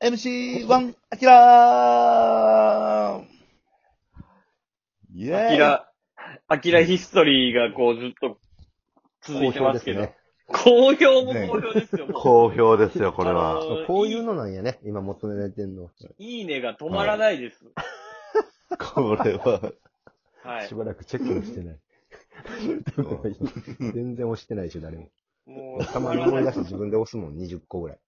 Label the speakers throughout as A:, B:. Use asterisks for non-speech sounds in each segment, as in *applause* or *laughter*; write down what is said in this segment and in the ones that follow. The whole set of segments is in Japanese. A: 4MC1 アキラーイェーイ
B: アキラ、アキラヒストリーがこうずっと続いてますけど。好評も好評ですよ。もう
C: 好評ですよ、これ
B: あ
C: は。
B: の
D: こういうのなんやね、今求められてんの。
B: いいねが止まらないです。
C: これは。
B: はい。
D: しばらくチェックもし
B: *laughs*
D: てない。全然押してないでしょ、
B: *laughs*
D: 誰も。
B: もう、
D: た
B: 止
D: ま
B: ま
D: に
B: ら
D: 思い
B: な
D: 出
B: い
D: し。て自分で押すもん、20個ぐらい。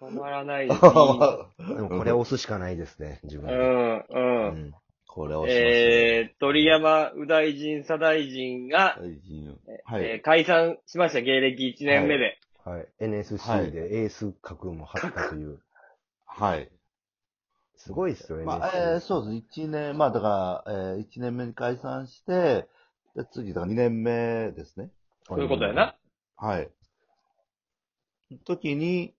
B: 止まらないです。いい *laughs* ね
D: でもこれは押すしかないですね、自分
B: う
D: で。
B: ん、
C: う
B: うん。
C: んこれをしますよ。
B: えー、鳥山右大臣、左大臣が、
C: 大臣よはい。
B: えー解散しました、芸歴1年目で。
D: はい。NSC でエース格も張ったという。
C: はい。
D: すごいっすよ、
C: まあ、えー
D: NSC。
C: そうです。一年、まあ、だから、えー、一年目に解散して、で次、だから二年目ですね。
B: そういうことやな。
C: はい。時に、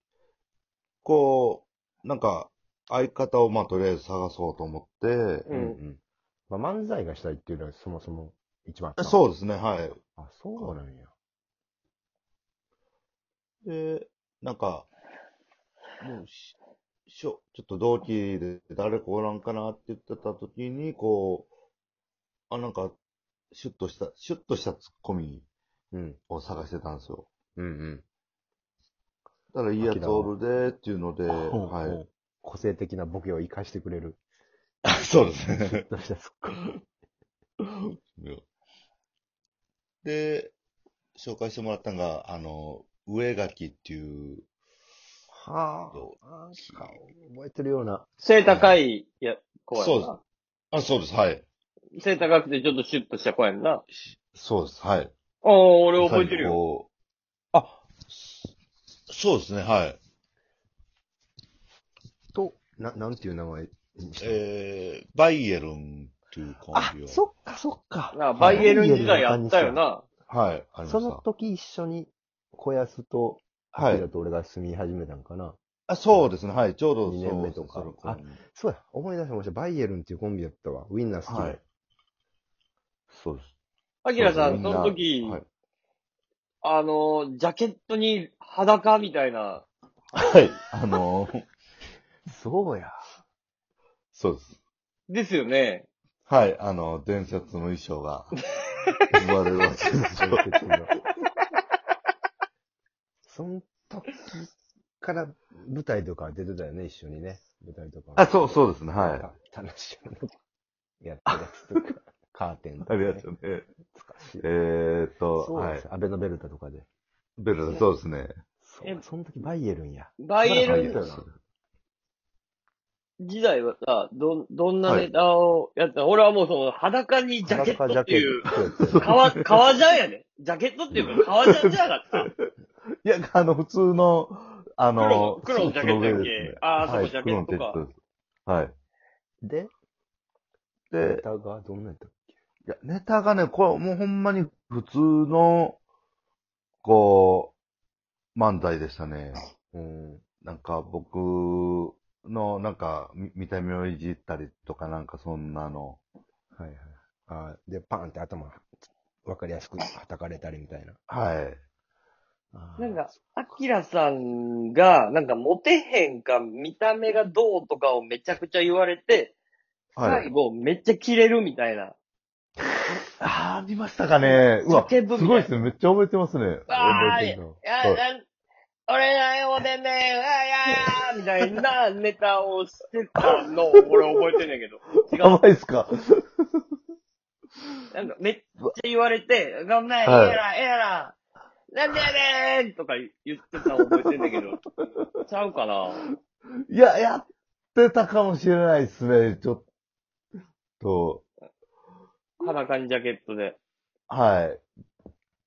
C: こう、なんか、相方をまあ、とりあえず探そうと思って、
B: う。
D: うんん。まあ、漫才がしたいっていうのはそもそも一番。う。
C: そうですね、はい。
D: あ、そうなんや。
C: で、なんか、もうし、しょ、ちょっと同期で誰かおらんかなって言ってた時に、こう、あ、なんか、シュッとした、シュッとしたツッコミ
D: うん。
C: を探してたんですよ。
D: うんうん。
C: だからいいやつおるで、っていうので、
D: ほうほ
C: は
D: う個性的なボケを活かしてくれ
C: *laughs*
D: る。 *laughs*
C: い。そうですね。
D: どうしたすっごい。
C: *laughs* で、紹介してもらったのが、あの、上垣っていう、
D: はあ。なんか、覚えてるような。
B: 背高い、いや、子やんな。
C: あ、そうです、はい。
B: 背高くてちょっとシュッとした子やんな。あ
C: そうです、はい。
B: あ、俺覚えてるよ。
C: よ。あ、そうですね、はい。
D: と、な、なんていう名前にした
C: えー、バイエルンっていうコ
D: あ
C: ンビ、を。
D: そっかそっか。
B: なあバイエルン時代あったよな。
C: はい、ありま
D: そ
C: し
D: の
C: た。
D: 時一緒に、小安と、
C: は
D: アキラ
C: い。
D: と俺が住み始めたんかな。
C: あ、そうですね、はい。ちょうどそう
D: 二年目とか
C: その頃に
D: そうや、思い出しました。バイエルンっていうコンビだったわ。ウィンナー好きで。
C: はいそうです。
B: ア
C: ア
B: キラさん、その時、
C: はい。
B: あの、ジャケットに裸みたいな、
C: はい *laughs* あのー、
D: そう *laughs* や。
C: そうです。
B: ですよね。
C: はい、あの、伝説の衣装が、生まれるわけです
D: *laughs*
C: よ。
D: その時から舞台とか出てたよね、一緒にね。舞台とか。
C: あ、そう、そうですね、はい。
D: い。楽しいよね。やったやつとか、カーテンと
C: あ
D: か、
C: り
D: ね。
C: がとうね。
D: 懐かしい。
C: えーっと、
D: そう
C: は
D: で
C: い
D: す。。アベノベルタとかで。
C: ベルト、そうですね。
D: そうやその時バイエルンや。
B: バイエル
C: はい
B: ン時代はさ、ど、どんなネタをやった、俺はもうその裸にジャケットっていう、
D: う
B: 革、革ジャンやね。ジャケットっていうか革ジャンじゃなかった。
C: いや、あの、普通の、あの、
B: 黒の
C: スーツの上
B: 黒のジャケットやっけ
C: ですね
B: あー
C: はい
B: そうジャケットか
C: 黒のですはい。
D: で、ネ
C: で、
D: タがどんなやったっけ
C: いやネタがね、これ、もうほんまに普通の、こう、漫才でしたね。
D: うん。
C: なんか、僕の、なんか、み見た目をいじったりとか、なんか、そんなの。
D: はいはい。あーで、パーンって頭、わかりやすく叩かれたりみたいな。
C: はい。
D: あー
B: なんか、アキラさんが、なんかモテへんか、見た目がどうとかをめちゃくちゃ言われて、
C: は
B: 最
C: い。
B: 後めっちゃキレるみたいな。
C: あー、見ましたかね。うわ、す
B: 叫ぶみたい
C: ごいですね。めっちゃ覚えてますね。覚
B: あー
C: えてるの
B: いや、なん、俺なよ、おでんねん、あややみたいなネタをしてたのを *laughs* 俺覚えてんねんけど。違
C: や
B: う。
C: ばいっすか。
B: なんかめっちゃ言われて、ごめん、ええ
C: はい
B: やら、ええやら、なんでやねんとか言ってたの覚えてんねんけど。ちゃうかない
C: や、やってたかもしれないですね。ちょっと。
B: 裸にジャケットで。
C: はい。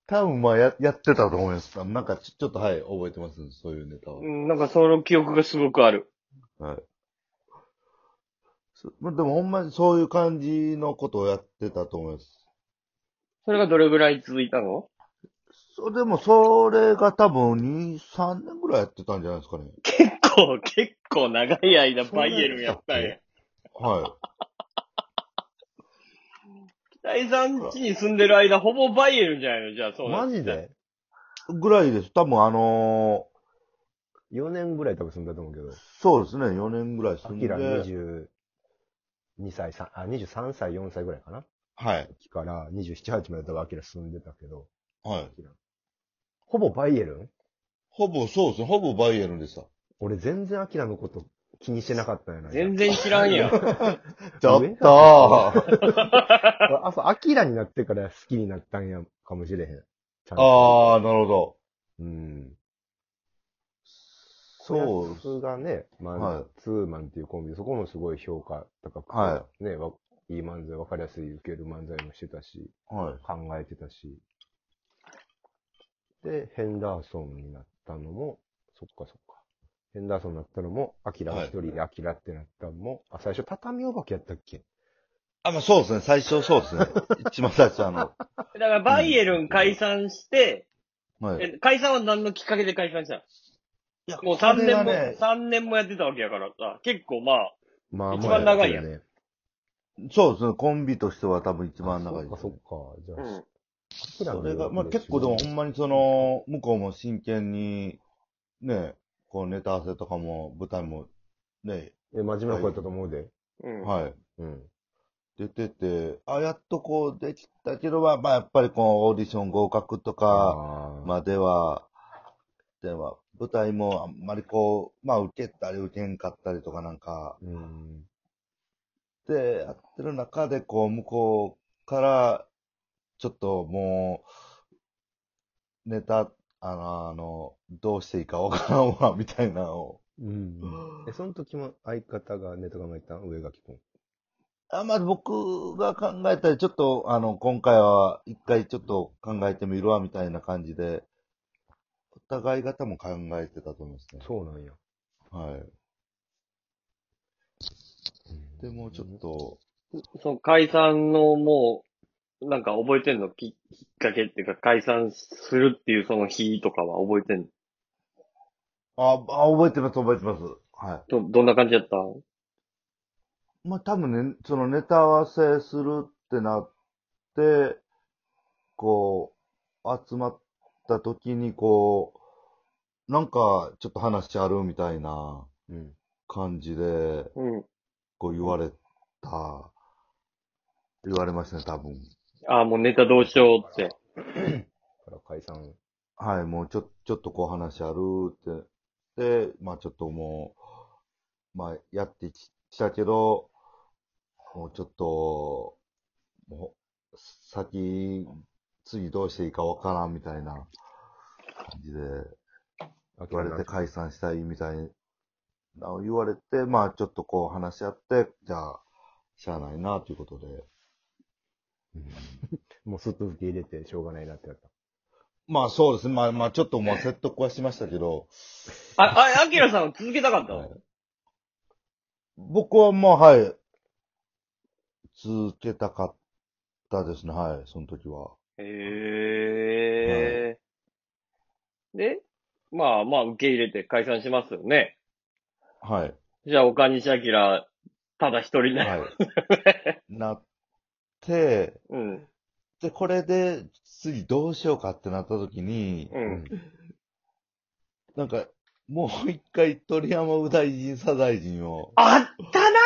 C: 多分、まあ、や、やってたと思います。なんかち、ちょっと、はい、覚えてます、そういうネタは
B: う。ん、なんかその記憶がすごくある。
C: はい。そまあ、でも、ほんまにそういう感じのことをやってたと思います。
B: それがどれぐらい続いたの
C: そでも、それが多分、2、3年ぐらいやってたんじゃないですかね。
B: 結構、結構長い間
D: そんな
B: バイエルンやったんや。
C: は
B: 第三地に住んでる間、ほぼバイエルンじゃないのじゃあ、そうだ
D: マジで
C: い。ぐらいです。多分、あの
D: 4年ぐらい多分住んだと思うけど、
C: そうですね、4年ぐらい
D: ア
C: 住んで。
D: キラ22歳、さんあ、23歳、4歳ぐらいかな
C: はい。
D: 時から27、8まで多分アキラ住んでたけど、
C: はい。
D: ほぼバイエルン
C: ほぼそうですね、ほぼバイエルンでした。
D: 俺全然アキラのこと気にしてなかったんやな。
B: 全然知らんやん。
C: ちょっ
D: あ
C: と
D: あ、そう、アキラになってから好きになったんやかもしれへん。ちゃん
C: *laughs*
D: と
C: ああ、なるほど。
D: うん。
C: そう
D: さすがね、マン、
C: はい
D: ツーマンっていうコンビ、そこもすごい評価高くて、
C: は
D: ね、わいい漫才、わかりやすい、受ける漫才もしてたし、
C: はい。
D: 考えてたし。で、ヘンダーソンになったのも、そっかそっか。ヘンダーソンになったのも、アキラが一人でアキラってなったのも、あ、最初畳お化けやったっけ
C: あ、まあそうですね、最初そうですね。一番最初あの、
B: だから、バイエルン解散して、
C: はい。
B: え解散は何のきっかけで解散した
C: いや
B: のもう3
C: これ
B: 年
C: が
B: も、
C: ね、
B: 三年もやってたわけやからさ、結構まあ、
D: まあ、
B: 一番長いやん
D: まあってるね。
C: そうですね、コンビとしては多分一番長いで
D: そっか
C: す、
D: そっ
C: ね。
D: か。じゃ
B: う
D: あ、
B: ん。
D: アキラの
C: それが、まあ
D: 歴史
C: 結構でもほんまにその、向こうも真剣に、ね、こうネタ合わせとかも舞台も、ね、
D: え、真面目な子やったと思うで。
B: うん。
C: はい、
D: うん。
C: 出てて、あ、やっとこうできたけど、まあまあやっぱりこうオーディション合格とか
D: あ
C: までは、では、舞台もあんまりこう、まあ受けたり受けんかったりとかなんか、
D: うん。
C: でやってる中で、こう、向こうから、ちょっともう、ネタ、あの、あのどうしていいかわからんわ、み *laughs* たいなのを。
D: うん。え、その時も相方がネタ考えた上垣君。
C: あまあ、僕が考えたり、ちょっと、あの、今回は、一回ちょっと考えてみるわ、みたいな感じで、お互い方も考えてたと思うんですね。
D: そうなんや。
C: はい。でも、ちょっと、
B: その解散のもう、なんか覚えてんのききっかけっていうか、解散するっていうその日とかは覚えてんの
C: あ、あ覚えてます、覚えてます。はい。
B: ど、どんな感じだった
C: まあ多分ね、そのネタ合わせするってなって、こう、集まった時にこう、なんかちょっと話あるみたいな
D: うん。
C: 感じで、
B: うん。
C: こう言われた、言われましたね、多分。
B: ああ、もうネタどうしようって。
D: だから解散。
C: はい、もうちょ、ちょっとこう話あるって、で、まあちょっともう、まあやってききたけど、もうちょっと、もう、先、次どうしていいかわからんみたいな感じで、
D: あき
C: 言われ
D: ら
C: て
D: の
C: 解散したいみたいなを言われて、まあちょっとこう話し合って、じゃあ、しゃあないな、ということで。
D: もうすっと受け入れてしょうがないなってやった。
C: まあそうですね、まあまあちょっとまあ説得はしましたけど、
B: あ、あ、アキラさんは続けたかったの、
C: はい僕はまあ、はい。続けたかったですね、はい、その時は。
B: へえ、で、まあまあ受け入れて解散しますよね。
C: はい。
B: じゃあ、岡西明、ただ一人ね。
C: はい。なって、
B: うん。
C: で、これで、次どうしようかってなった時に、
B: うん。
C: なんか、もう一回鳥山右大臣、左大臣を。
B: あったな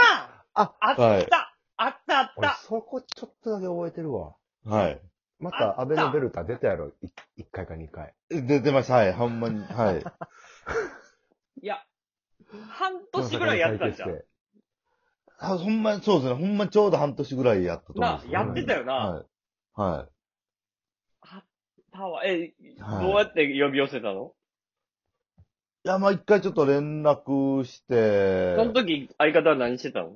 D: あ
B: あった、
C: はい
B: あったあっ
D: 俺
B: た、
D: そこちょっとだけ覚えてるわ。
C: はい。
D: ま
B: あった
D: た、アベノベルタ出たやろ。い一回か二回。
C: で出ました、はい、ほんまに、はい。
B: いや、半年ぐらいやってたじゃん。
D: ん。
C: あほんまに、そうですね、ほんまにちょうど半年ぐらいやったと思うんですよ
D: なやってた
B: よな
C: はい。はい
B: タワー、え、
C: はい
B: どうやって呼び寄せたの、
C: いや、まあ一回ちょっと連絡して、
B: その時、相方は何してたの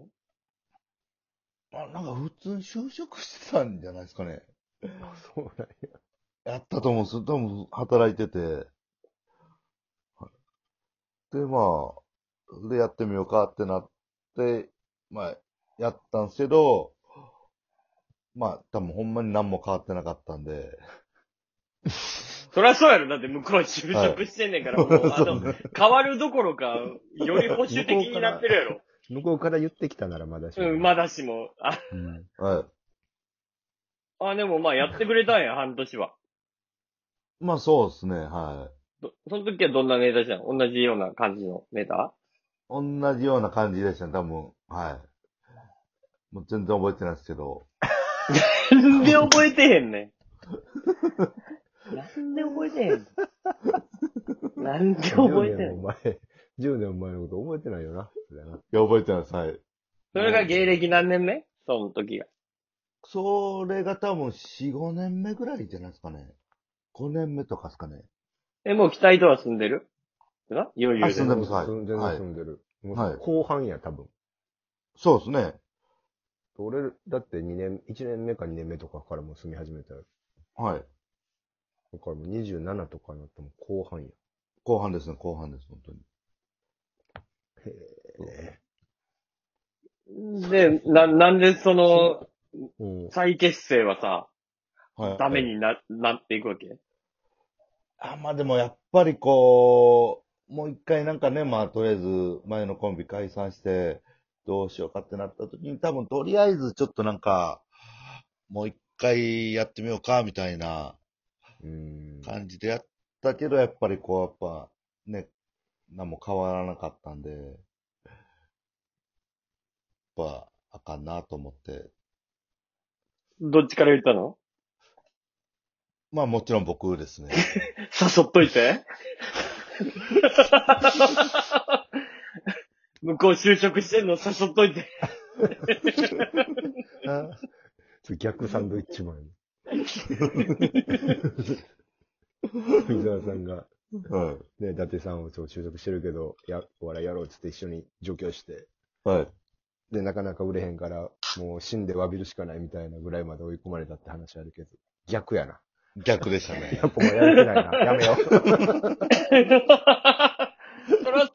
C: あなんか普通に就職してたんじゃないですかね。
D: そうなんや。
C: やったと思うんです。多分働いてて。はいで、まあ、でやってみようかってなって、まあ、やったんですけど、まあ、多分ほんまに何も変わってなかったんで。
B: そりゃそうやろ。だって向こうは就職してんねんから、もう、あの、
C: *laughs*
B: 変わるどころか、より保守的になってるやろ。
D: 向こうから言ってきたならまだしも。
B: うん、まだしも。あ、
D: うん
C: は
B: あでもまあやってくれたんや、半年は。
C: い。まあそうですね、は
B: そその時はどんなネタじゃん同じような感じのネタ
C: 同じような感じでしたね、多分。はい。もう全然覚えてないですけど。
B: なんで覚えてへんねん。なんで覚えてへんのなんで覚えてへ
D: 10
B: んの
D: *laughs* 年前、10年前のこと覚えてないよな。それない
C: や、覚えてないです。はい。
B: それが芸歴何年目その時が。
C: それが多分4、5年目ぐらいじゃないですかね。5年目とかですかね。
B: え、もう期待とは住んでるな余
C: あ
B: 裕
C: 住
B: で
C: ん。でますはい
D: 住んでる、
C: はい
D: 住んでる。もう
C: はい
D: 後半や、多分。
C: そうですね。
D: 俺、だって2年、1年目か2年目とかからもう住み始めたよ。
C: はい。
D: だからもう27とかになっても後半や。
C: 後半ですね、後半です、本当に。
D: へえ。
B: で、な、なんでその、
D: うん。
B: 再結成はさ、
C: はい。
B: ダメにな、なっていくわけ
C: あ、まあでもやっぱりこう、もう一回なんかね、まあとりあえず前のコンビ解散して、どうしようかってなった時に多分とりあえずちょっとなんか、もう一回やってみようかみたいな
D: うん。
C: 感じでやったけど、やっぱりこう、やっぱね、何も変わらなかったんで、やっぱあかんなと思って、
B: どっちから言ったの
C: まあもちろん僕ですね。
B: 誘っと
C: *laughs*
B: いて。向こう就職してんの誘っといて。
D: それ逆サンドイッチマン。水沢さんが、
C: は
D: ね、伊達さんをそう就職してるけど、や、お笑いやろうっつって一緒に上京して、
C: い。はい。
D: で、なかなか売れへんから、もう死んで詫びるしかないみたいなぐらいまで追い込まれたって話あるけど、逆やな。
C: 逆でしたね
D: や。っぱもうやる気ないな。やめよう。